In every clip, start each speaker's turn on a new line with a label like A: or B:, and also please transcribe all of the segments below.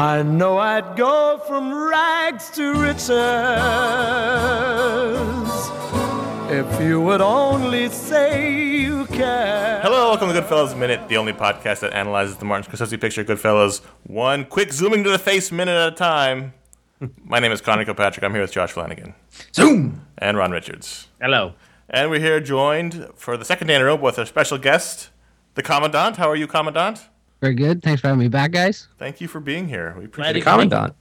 A: I know I'd go from rags to riches if you would only say you care.
B: Hello, welcome to Goodfellas Minute, the only podcast that analyzes the Martin Scorsese picture Goodfellas one quick zooming to the face minute at a time. My name is Connor Kilpatrick. I'm here with Josh Flanagan.
C: Zoom.
B: and Ron Richards.
C: Hello.
B: And we're here joined for the second day in a row with our special guest, the Commandant. How are you, Commandant?
D: Very good. Thanks for having me back, guys.
B: Thank you for being here. We
C: Glad
B: appreciate
C: to
B: it.
C: come.
E: Commandant.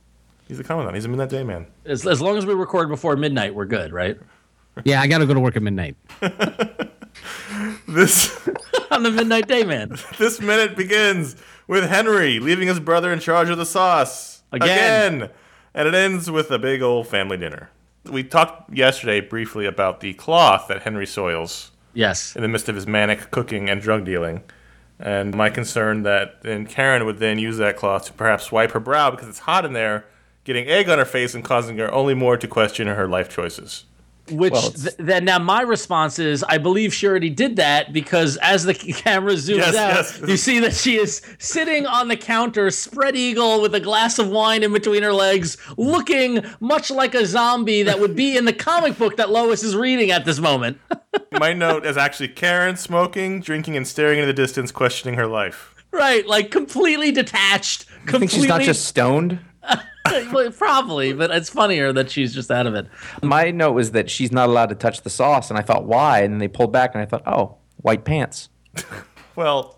B: He's the Commandant. He's a midnight day man.
C: As, as long as we record before midnight, we're good, right?
D: Yeah, I got to go to work at midnight.
B: This
C: I'm the midnight day man.
B: this minute begins with Henry leaving his brother in charge of the sauce
C: Again.
B: Again. and it ends with a big old family dinner. We talked yesterday briefly about the cloth that Henry soils
C: Yes.
B: in the midst of his manic cooking and drug dealing. And my concern that then Karen would then use that cloth to perhaps wipe her brow because it's hot in there, getting egg on her face and causing her only more to question her life choices.
C: Which
E: Well, it's-
C: th- then now my response is I believe she already did that because as the c- camera zooms
B: Yes,
C: out,
B: yes.
C: you see that she is sitting on the counter, spread eagle, with a glass of wine in between her legs, looking much like a zombie that would be in the comic book that Lois is reading at this moment.
B: my note is actually Karen smoking, drinking, and staring into the distance, questioning her life.
C: Right, like completely detached,
E: I think
C: completely.
E: she's not just stoned.
C: Well, probably, but it's funnier that she's just out of it.
E: My note was that she's not allowed to touch the sauce, and I thought why, and then they pulled back, and I thought, oh, white pants.
B: Well,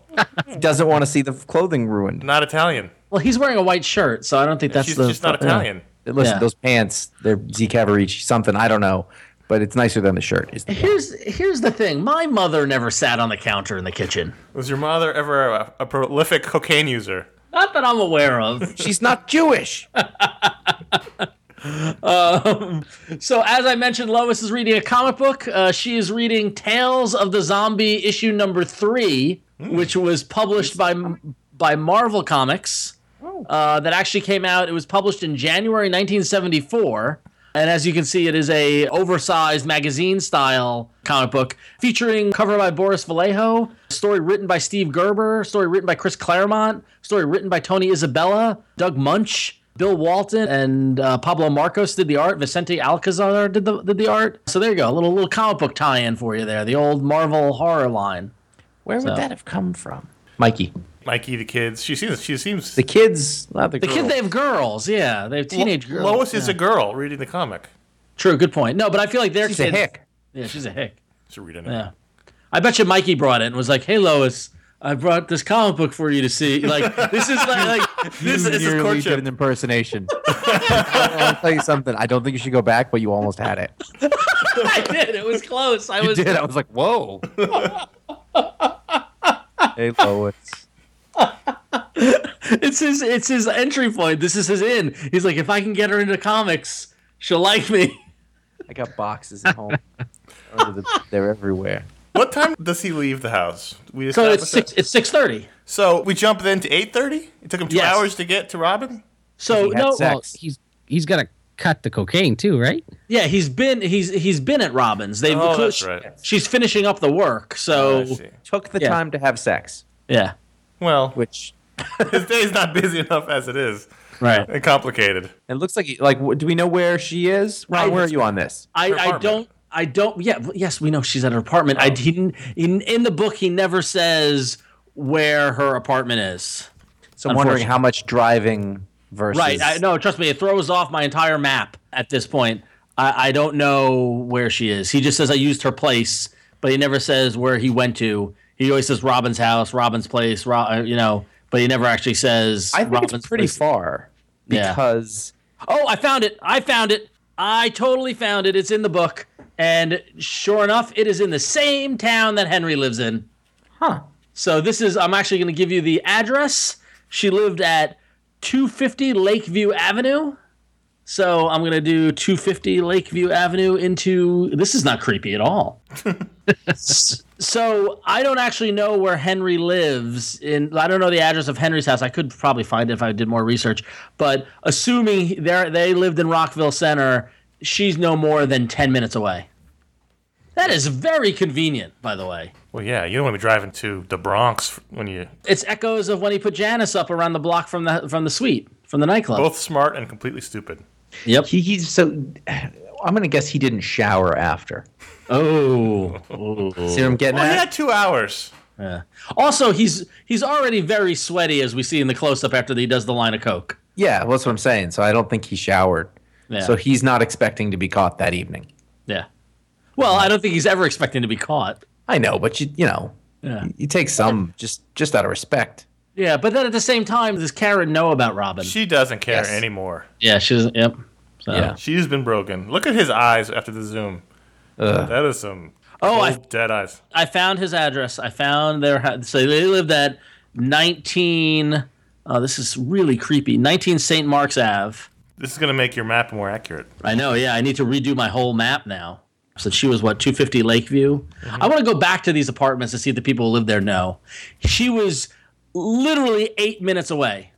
E: Doesn't want to see the clothing ruined.
B: not Italian.
C: Well, he's wearing a white shirt, so I don't think that's
B: She's
C: the.
B: just not Italian.
E: Listen,
C: Yeah.
E: those pants, they're Z Cavarici something, I don't know, but it's nicer than the shirt. Is the
C: Here's here's the thing. My mother never sat on the counter in the kitchen.
B: Was your mother ever a, a prolific cocaine user?
C: Not that I'm aware of.
E: She's not Jewish.
C: So, as I mentioned, Lois is reading a comic book. Uh, she is reading Tales of the Zombie issue number three,
B: Hmm.
C: which was published by by Marvel Comics. Uh, that actually came out. It was published in January 1974, and as you can see, it is a oversized magazine style comic book featuring cover by Boris Vallejo, story written by Steve Gerber, story written by Chris Claremont, story written by Tony Isabella, Doug Munch, Bill Walton and uh, Pablo Marcos did the art. Vicente Alcazar did the did the art. So there you go, a little little comic book tie-in for you there. The old Marvel horror line.
E: Where would that have come from? Mikey.
B: Mikey, the kids. She seems. She seems.
E: The kids, not the,
C: The
E: girl.
C: kid, they have girls. Yeah, they have teenage girls.
B: Lois is
C: yeah.
B: a girl reading the comic.
C: true. Good point. No, but I feel like their
E: She's a
C: kids.
E: hick.
C: Yeah, she's a hick.
B: She's reading it.
C: Yeah. I bet you Mikey brought it and was like, "Hey, Lois." I brought this comic book for you to see. Like this is like, like
B: This, this is
E: Nearly did
B: courtship.
E: an impersonation. I'll tell you something. I don't think you should go back, but you almost had it.
C: I did. It was close. I
E: You
C: was.
E: did. I was like, whoa. hey, Lois.
C: It's his. It's his entry point. This is his in. He's like, if I can get her into comics, she'll like me.
E: I got boxes at home. Under the- They're everywhere.
B: What time does he leave the house? We
C: So
B: established
C: it's six.
B: that.
C: It's six thirty.
B: So we jump then to eight thirty. It took him two
C: Yes.
B: hours to get to Robin.
C: So
E: He had
C: no,
E: sex.
C: well,
D: He's he's got to cut the cocaine too, right?
C: yeah, he's been he's he's been at Robbins. They've
B: Oh, that's right. Oh,
C: She's finishing up the work. So
B: I see.
E: Took the
C: Yeah.
E: time to have sex,
C: yeah,
B: Well,
E: which
B: his day's not busy enough as it is
C: right.
B: and complicated.
E: it looks like. Like, wh- do we know where she is? Ron,
C: I-
E: where are you on this?
C: I,
B: Her
C: I
B: apartment.
C: don't I don't yeah well, yes we know she's at her apartment.
E: Oh.
C: I didn't in in the book he never says where her apartment is.
E: So I'm wondering
C: Unfortunate.
E: how much driving versus.
C: Right. I, no, trust me, it throws off my entire map at this point. I, I don't know where she is. He just says I used her place, but he never says where he went to. He always says Robin's house, Robin's place, Ro- uh, you know, but he never actually says.
E: I think
C: Robin's
E: it's pretty
C: place.
E: far
C: Yeah.
E: because
C: Oh, I found it. I found it. I totally found it. It's in the book. And sure enough, it is in the same town that Henry lives in.
E: Huh.
C: So this is I'm actually going to give you the address. She lived at 250 Lakeview Avenue. So I'm going to do 250 Lakeview Avenue into this is not creepy at all. S- so I don't actually know where Henry lives in I don't know the address of Henry's house. I could probably find it if I did more research, but assuming they they lived in Rockville Center, she's no more than 10 minutes away. That is very convenient, by the way.
B: Well, yeah, you don't want to be driving to the Bronx when you
C: It's echoes of when he put Janice up around the block from the from the suite from the nightclub.
B: both smart and completely stupid.
C: Yep.
E: he, he's so. I'm gonna guess he didn't shower after.
C: Oh.
E: See what I'm getting
B: Well, he
E: at?
B: had two hours.
C: Yeah. Also, he's he's already very sweaty as we see in the close up after he does the line of coke.
E: Yeah, well, that's what I'm saying. So I don't think he showered.
C: Yeah.
E: So he's not expecting to be caught that evening.
C: Yeah. Well, I don't think he's ever expecting to be caught.
E: I know, but you you know,
C: Yeah.
E: you take some just just out of respect.
C: Yeah, but then at the same time, does Karen know about Robin?
B: She doesn't care
E: Yes.
B: anymore.
C: yeah, she doesn't. Yep. So.
E: Yeah.
B: She's been broken. Look at his eyes after the zoom. That is some
C: Oh, I
B: old dead eyes.
C: I found his address. I found their hou- so they lived at 19. Oh, this is really creepy. 19 St. Mark's Ave.
B: This is gonna make your map more accurate.
C: I know. Yeah, I need to redo my whole map now. Since she was what 250 Lakeview,
F: Mm-hmm.
C: I want to go back to these apartments to see if the people who live there know. She was literally eight minutes away,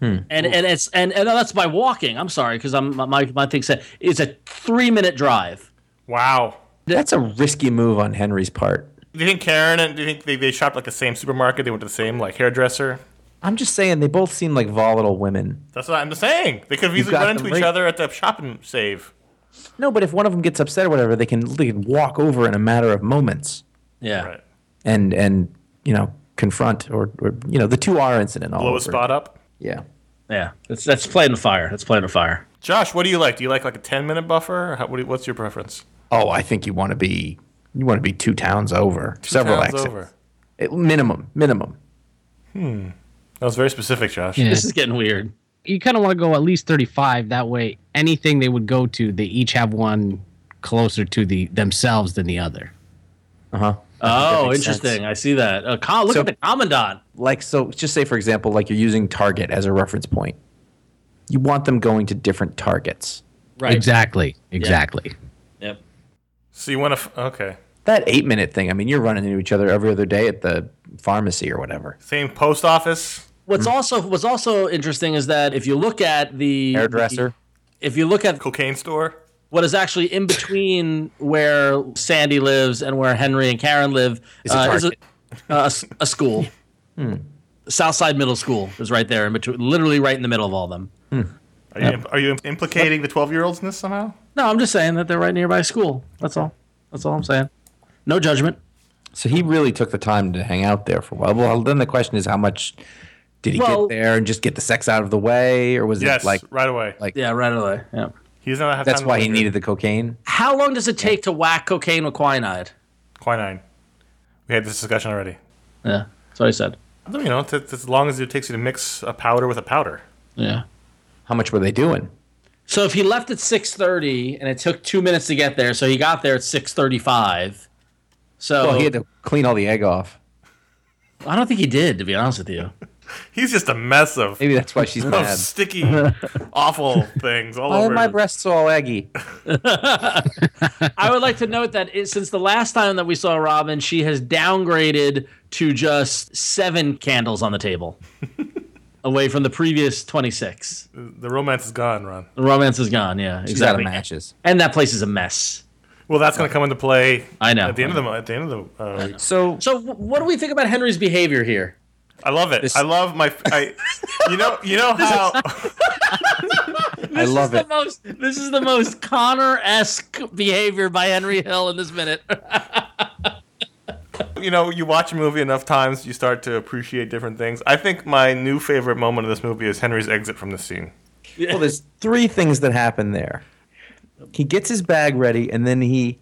F: Hmm.
C: and and it's and, and that's by walking. I'm sorry because I'm my my thing said it's a three minute drive.
B: Wow.
E: That's a risky move on Henry's part.
B: Do you think Karen and do you think they, they shopped like the same supermarket? They went to the same like hairdresser?
E: I'm just saying they both seem like volatile women.
B: That's what I'm just saying. They could have easily
E: got
B: run into
E: them
B: each
E: right-
B: other at the shopping save.
E: No, but if one of them gets upset or whatever, they can they can walk over in a matter of moments
C: Yeah,
B: Right.
E: and and you know confront or, or you know the two R incident all
B: Blow a
E: over.
B: spot up.
E: Yeah.
C: Yeah, that's that's playing with fire. That's playing with fire.
B: Josh, what do you like? Do you like like a ten minute buffer? Or how, what do you, what's your preference?
F: Oh, I think you want to be you want to be two towns over, several
B: Towns
F: exits,
B: over.
F: It- minimum, minimum.
B: That was very specific, Josh.
D: Yeah.
C: This is getting weird.
D: You kind of want to go at least 35. That way, anything they would go to, they each have one closer to the themselves than the other.
F: Uh huh.
C: Oh,
F: makes
C: interesting. I see that. Uh, co- look
F: So-
C: at the commandant.
F: Like so, just say for example, like you're using Target as a reference point. You want them going to different targets.
C: Right.
D: Exactly. Exactly.
C: Yep.
B: So you want to? F- okay.
F: That eight minute thing. I mean, you're running into each other every other day at the pharmacy or whatever.
B: Same post office.
C: What's
F: Mm-hmm.
C: also what's also interesting is that if you look at the
F: Hairdresser.
C: if you look at
B: cocaine store.
C: what is actually in between where Sandy lives and where Henry and Karen live,
F: a
C: uh, is a, Hmm.
F: target.
C: uh, a s- a school. Southside Middle School is right there in between, literally right in the middle of all them.
B: Are you are you implicating the twelve year olds in this somehow?
C: No, I'm just saying that they're right nearby a school. That's all. That's all I'm saying. No judgment.
F: So he really took the time to hang out there for a while. Well, then the question is, how much did he
C: Well-
F: get there and just get the sex out of the way, or was
B: Yes,
F: it like
B: right away.
F: like
C: Yeah, right away. Yeah.
B: He's not have
F: that's
B: time to
F: why he
B: linger.
F: needed the cocaine?
C: How long does it take to whack cocaine with quinine?
B: quinine. We had this discussion already.
C: Yeah, that's what I said.
B: You know, it's, it's as long as it takes you to mix a powder with a powder.
C: Yeah.
F: How much were they doing?
C: So if he left at six thirty and it took two minutes to get there, so he got there at six thirty-five. So
F: Well, he had to clean all the egg off.
C: I don't think he did, to be honest with you.
B: He's just a mess of,
F: Maybe that's why she's
B: of
F: mad.
B: sticky, awful things all
F: Why are
B: over.
F: my breasts all eggy?
C: I would like to note that it, since the last time that we saw Robin, she has downgraded to just seven candles on the table, away from the previous twenty-six.
B: the romance is gone, Ron.
C: The romance is gone. Yeah,
F: She's out of
C: exactly.
F: matches.
C: And that place is a mess.
B: Well, that's going to come into play.
C: I know.
B: At the end of the mo- at the end of the. Uh,
F: So
C: So wh- what do we think about Henry's behavior here?
B: I love it. I love my. I, you know. You know how.
F: I love
C: this is the
F: it.
C: most this is the most Connor esque behavior by Henry Hill in this minute.
B: you know, you watch a movie enough times, you start to appreciate different things. I think my new favorite moment of this movie is Henry's exit from this scene.
F: Well, there's three things that happen there. He gets his bag ready, and then he,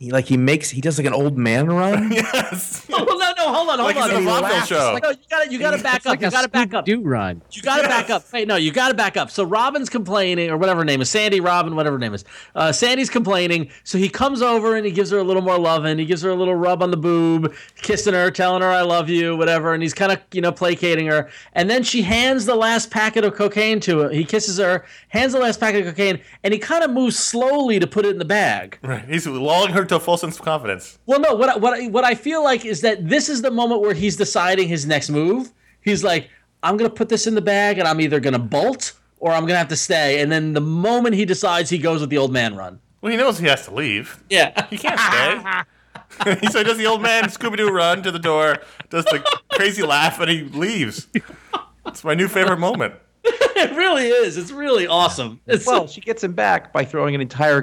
F: he like he makes he does like an old man run.
B: Yes.
C: oh no, no, hold on,
B: like
C: hold
B: he's
C: on.
B: in a vaudeville
F: laughs,
B: show.
C: no, you gotta you gotta back up. You gotta back up.
D: Do run.
C: You gotta back up. Wait, no, you gotta back up. So Robin's complaining, or whatever her name is, Sandy, Robin, whatever her name is. Uh, Sandy's complaining, so he comes over and he gives her a little more love, and he gives her a little rub on the boob, kissing her, telling her I love you, whatever, and he's kind of you know placating her. And then she hands the last packet of cocaine to him. He kisses her, hands the last packet of cocaine, and he kind of moves slowly to put it in the bag.
B: Right. He's lulling her to a false sense of confidence.
C: Well, no. What I- what I- what I feel like is that this is the moment where he's deciding his next move. He's like, I'm gonna put this in the bag, and I'm either gonna bolt or I'm gonna have to stay. And then the moment he decides, he goes with the old man run.
B: Well, he knows he has to leave.
C: Yeah.
B: He can't stay. so he does the old man Scooby Doo run to the door, does the crazy laugh, and he leaves. It's my new favorite moment.
C: it really is. It's really awesome. It's
F: Well, she gets him back by throwing an entire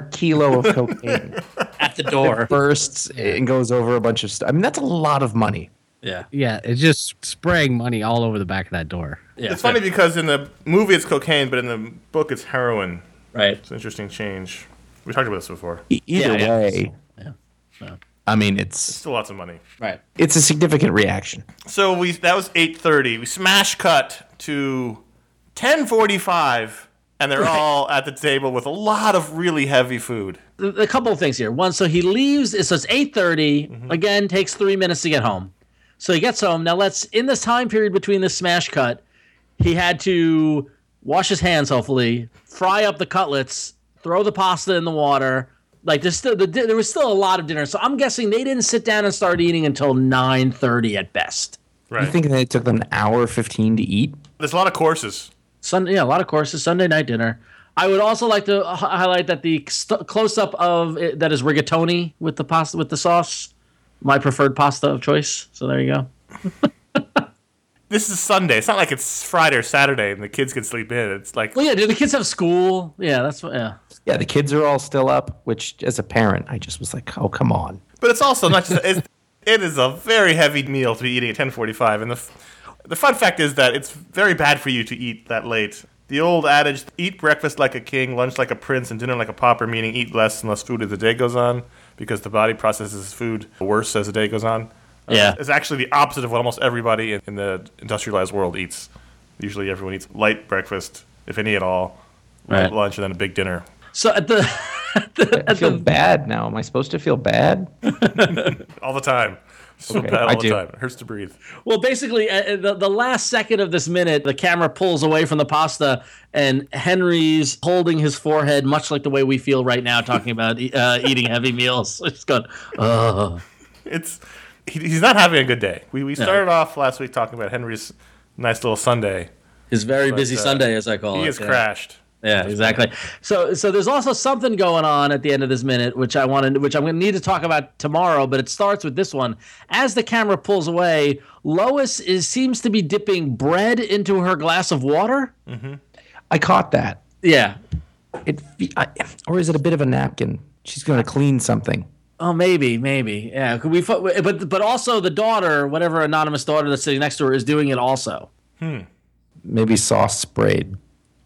F: kilo of cocaine,
C: at the door.
F: bursts and goes over a bunch of stuff. I mean, that's a lot of money.
C: Yeah.
D: Yeah, it's just spraying money all over the back of that door.
C: Yeah.
B: It's funny because in the movie it's cocaine, but in the book it's heroin.
C: right?
B: It's an interesting change. We talked about this before.
F: E-
C: Yeah,
F: Either
C: yeah.
F: way, I mean, it's
B: Still lots of money.
C: Right.
F: it's a significant reaction.
B: So we that was eight thirty. We smash cut to ten forty five, and they're all at the table with a lot of really heavy food.
C: a couple of things here. One, so he leaves. So it's eight Again, takes three minutes to get home. So he gets home. Now let's in this time period between this smash cut, he had to wash his hands, hopefully, fry up the cutlets, throw the pasta in the water. Like there's still the, di- there was still a lot of dinner. So I'm guessing they didn't sit down and start eating until nine thirty at best.
B: Right.
F: You think that it took them an hour fifteen to eat?
B: There's a lot of courses.
C: Sunday, yeah, a lot of courses. Sunday night dinner. I would also like to h- highlight that the st- close up of it, that is rigatoni with the pasta with the sauce, my preferred pasta of choice. So there you go.
B: This is Sunday. It's not like it's Friday or Saturday and the kids can sleep in. It's like
C: Well, yeah, do the kids have school? Yeah, that's what. Yeah,
F: Yeah, the kids are all still up. Which, as a parent, I just was like, oh come on.
B: but it's also not just it's, it is a very heavy meal to be eating at ten forty five and the f- The fun fact is that it's very bad for you to eat that late. The old adage, eat breakfast like a king, lunch like a prince, and dinner like a pauper, meaning eat less and less food as the day goes on, because the body processes food worse as the day goes on. Uh,
C: Yeah.
B: It's actually the opposite of what almost everybody in, in the industrialized world eats. Usually everyone eats light breakfast, if any at all,
C: Right.
B: lunch, and then a big dinner.
C: So at the, at the,
F: I
C: at
F: feel
C: the
F: bad now. Am I supposed to feel bad?
B: All the time. So
F: Okay,
B: bad all
F: I
B: the
F: do.
B: time. It hurts to breathe.
C: well, basically, uh, uh, the, the last second of this minute, the camera pulls away from the pasta, and Henry's holding his forehead, much like the way we feel right now, talking about e- uh, eating heavy meals. It's going, oh,
B: it's he, he's not having a good day. We, we started off last week talking about Henry's nice little Sunday.
C: his very busy
B: uh,
C: Sunday, as I call
B: He
C: it.
B: has
C: Oh, yeah.
B: crashed.
C: Yeah, exactly. So, so there's also something going on at the end of this minute, which I want to, which I'm going to need to talk about tomorrow. But it starts with this one. As the camera pulls away, Lois is seems to be dipping bread into her glass of water.
F: I caught that.
C: Yeah.
F: It, fe- I, or is it a bit of a napkin? She's going to clean something.
C: Oh, maybe, maybe. Yeah. Could we? fo- But but also the daughter, whatever anonymous daughter that's sitting next to her, is doing it also.
F: Maybe sauce sprayed.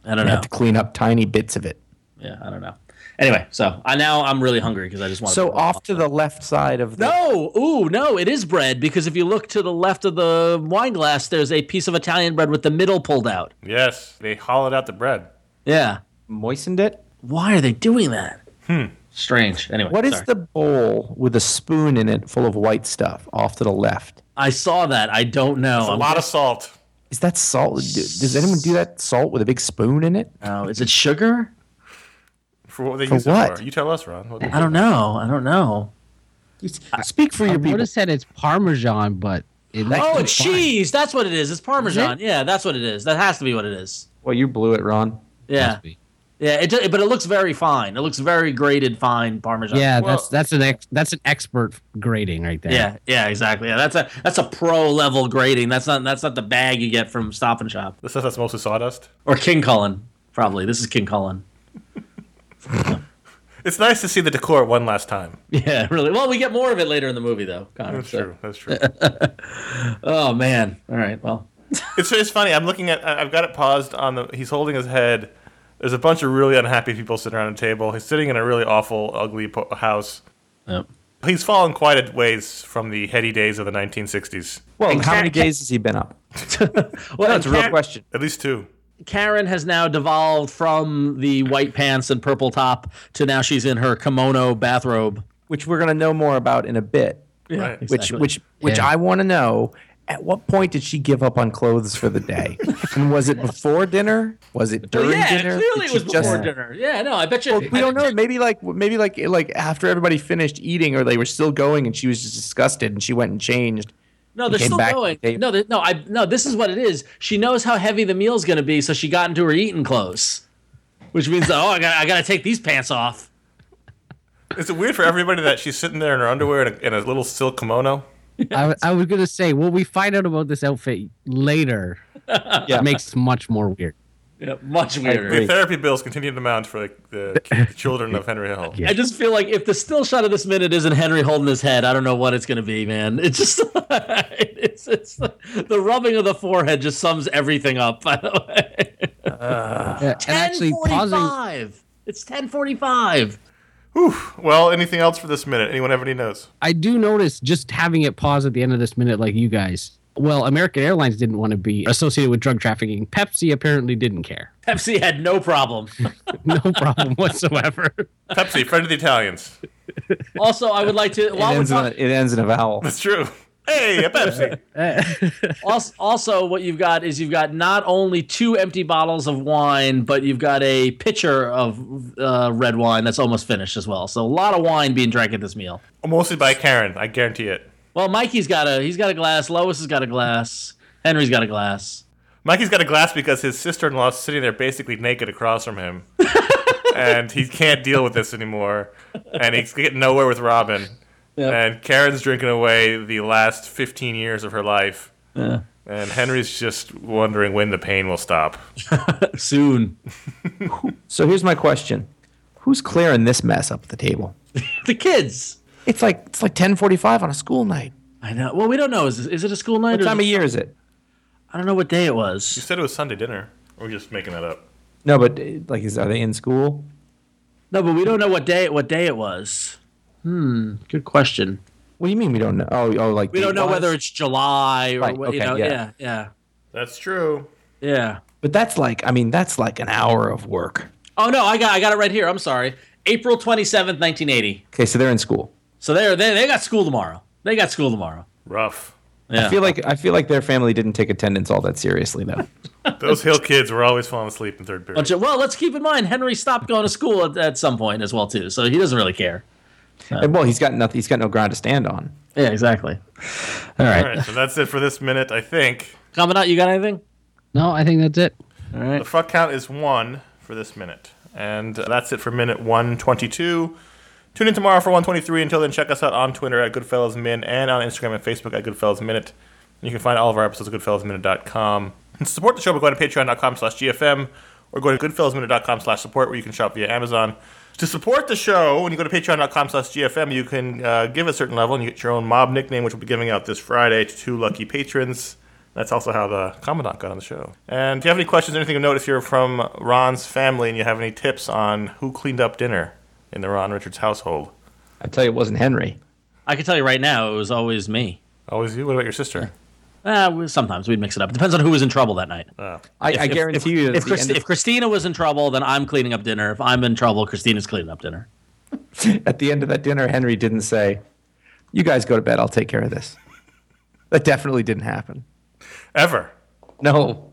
C: I don't
F: I
C: know.
F: have to clean up tiny bits of it.
C: Yeah, I don't know. Anyway, so I now I'm really hungry because I just want.
F: So off to the left side of the.
C: No, ooh, no, it is bread because if you look to the left of the wine glass, there's a piece of Italian bread with the middle pulled out.
B: Yes, they hollowed out the bread.
C: Yeah.
F: Moistened it?
C: Why are they doing that? Hmm. Strange. Anyway,
F: What is
C: sorry.
F: the bowl with a spoon in it full of white stuff off to the left?
C: I saw that. I don't know.
B: A lot of salt.
F: Is that salt? do- Does anyone do that salt with a big spoon in it?
C: Oh, is it sugar?
B: For what they
F: For
B: use it
F: what?
B: for. You tell us, Ron. What-
C: I don't know. I don't know.
F: Speak for your
D: I would
F: people.
D: have said it's Parmesan, but it
C: Oh,
D: actually-
C: it's cheese. That's what it is. It's Parmesan. Yeah, that's what it is. That has to be what it is.
F: Well, you blew it, Ron.
C: Yeah.
D: be.
C: Yeah, it, do- but it looks very fine. It looks very grated, fine Parmesan.
D: Yeah,
B: Well-
D: that's that's an ex, that's an expert grading right there.
C: Yeah, yeah, exactly. Yeah, that's a that's a pro level grading. That's not that's not the bag you get from Stop and Shop.
B: This is that's mostly sawdust.
C: Or King Cullen, probably. This is King Cullen.
B: It's nice to see the decor one last time.
C: Yeah, really. Well, we get more of it later in the movie, though. Connor,
B: That's
C: so-
B: true. That's true.
C: Oh man. All right. Well.
B: it's it's funny. I'm looking at. I- I've got it paused on the. He's holding his head. There's a bunch of really unhappy people sitting around a table. He's sitting in a really awful, ugly po- house.
C: Yep.
B: He's fallen quite a ways from the heady days of the 1960s.
F: Well,
C: And
F: how
C: ca-
F: many
C: ca-
F: days has he been up?
C: Well,
F: That's a real
C: Karen-
F: question.
B: At least two.
C: Karen has now devolved from the white pants and purple top to now she's in her kimono bathrobe.
F: Which we're going to know more about in a bit.
B: right.
F: Which, which, which
D: Yeah.
F: I want to know. At what point did she give up on clothes for the day? and was it before dinner? Was it during dinner? Did she just-
C: dinner. Yeah. No, I bet you.
F: We don't know. Maybe like maybe like like after everybody finished eating, or they were still going, and she was just disgusted, and she went and changed.
C: No, they're
F: came
C: still
F: back
C: going.
F: to the table.
C: No, they, no, I no. This is what it is. She knows how heavy the meal's going to be, so she got into her eating clothes, which means oh, I got I got to take these pants off.
B: Is it weird for everybody that she's sitting there in her underwear and a, in a little silk kimono?
D: I, w- I was gonna say, well, we find out about this outfit later.
F: Yeah.
D: It makes much more weird.
C: Yeah, much weirder.
B: The therapy bills continue to mount for the, the, the children of Henry Hill.
D: Yeah.
C: I just feel like if the still shot of this minute isn't Henry holding his head, I don't know what it's going to be, man. It's just it's, it's the rubbing of the forehead just sums everything up. By the way,
D: Yeah, and actually, pausing.
C: It's ten forty-five.
B: Whew. Well, anything else for this minute? Anyone have any notes?
D: I do notice just having it pause at the end of this minute, like you guys. Well, American Airlines didn't want to be associated with drug trafficking. Pepsi apparently didn't care.
C: Pepsi had no problem.
D: No problem whatsoever.
B: Pepsi, friend of the Italians.
C: Also, I would like to while
F: it,
C: we're
F: ends in a,
C: talking,
F: it ends in a vowel.
B: It's true. Hey, a Pepsi.
C: also, also what you've got is you've got not only two empty bottles of wine, but you've got a pitcher of uh, red wine that's almost finished as well. So a lot of wine being drank at this meal.
B: Mostly by Karen, I guarantee it.
C: Well, Mikey's got a he's got a glass. Lois has got a glass. Henry's got a glass.
B: Mikey's got a glass because his sister in law's sitting there basically naked across from him. and he can't deal with this anymore. And he's getting nowhere with Robin. And Karen's drinking away the last 15 years of her life. And Henry's just wondering when the pain will stop.
C: Soon,
F: So here's my question: Who's clearing this mess up at the table?
C: the kids.
F: It's like it's like 10:45 on a school night.
C: I know. Well, we don't know. Is, is it a school night?
F: What
C: or
F: time of year is it?
C: I don't know what day it was.
B: You said it was Sunday dinner. Or We're just making that up.
F: No, but uh, like, is are they in school?
C: No, but we don't know what day what day it was. Hmm, good question.
F: What do you mean we don't know? Oh, oh, like
C: We don't know
F: date-wise?
C: whether it's July or
F: Right,
C: what, you
F: okay,
C: know. Yeah,
F: yeah.
C: yeah,
B: That's true.
C: yeah.
F: But that's like, I mean, that's like an hour of work.
C: Oh no, I got I got it right here. I'm sorry. April 27th, 1980.
F: Okay, so they're in school.
C: So they're they, they got school tomorrow. They got school tomorrow.
B: Rough.
C: Yeah.
F: I feel like I feel like their family didn't take attendance all that seriously though.
B: Those Hill kids were always falling asleep in third period.
C: Bunch of- well, let's keep in mind Henry stopped going to school at, at some point as well too, so he doesn't really care.
F: And, well, he's got nothing. He's got no ground to stand on.
C: Yeah, exactly.
B: All right, so that's it for this minute, I think.
C: Commandant, you got anything?
D: No, I think that's it.
B: The fuck count is one for this minute. And uh, that's it for minute 122. Tune in tomorrow for 123. Until then, check us out on Twitter at Goodfellas Min and on Instagram and Facebook at Goodfellas Minute. And you can find all of our episodes at goodfellasminute.com. And to support the show by going to patreon.com slash GFM or go to goodfellasminute.com slash support where you can shop via Amazon. To support the show, when you go to patreon.com slash GFM, you can uh, give a certain level and you get your own mob nickname, which we'll be giving out this Friday to two lucky patrons. That's also how the Commandant got on the show. And if you have any questions, anything of note, if you're from Ron's family and you have any tips on who cleaned up dinner in the Ron Richards household,
F: I tell you, it wasn't Henry.
C: I can tell you right now, it was always me.
B: always you. What about your sister?
C: Uh, we- sometimes we'd mix it up. It depends on who was in trouble that night.
F: I, I
C: If- if-
F: guarantee
C: If,
F: you. that
C: if,
F: at Uh, the
C: Christi-
F: end
C: if Christina was in trouble, then I'm cleaning up dinner. If I'm in trouble, Christina's cleaning up dinner.
F: of- at the end of that dinner, Henry didn't say, "You guys go to bed. I'll take care of this." That definitely didn't happen.
B: Ever.
F: No,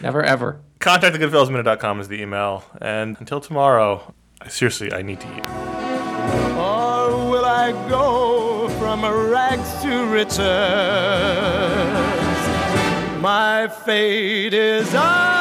F: never ever.
B: Contact the goodfellowsminute.com is the email. And until tomorrow, I- seriously, I need to eat.
A: Or will I go from rags to riches? My fate is on.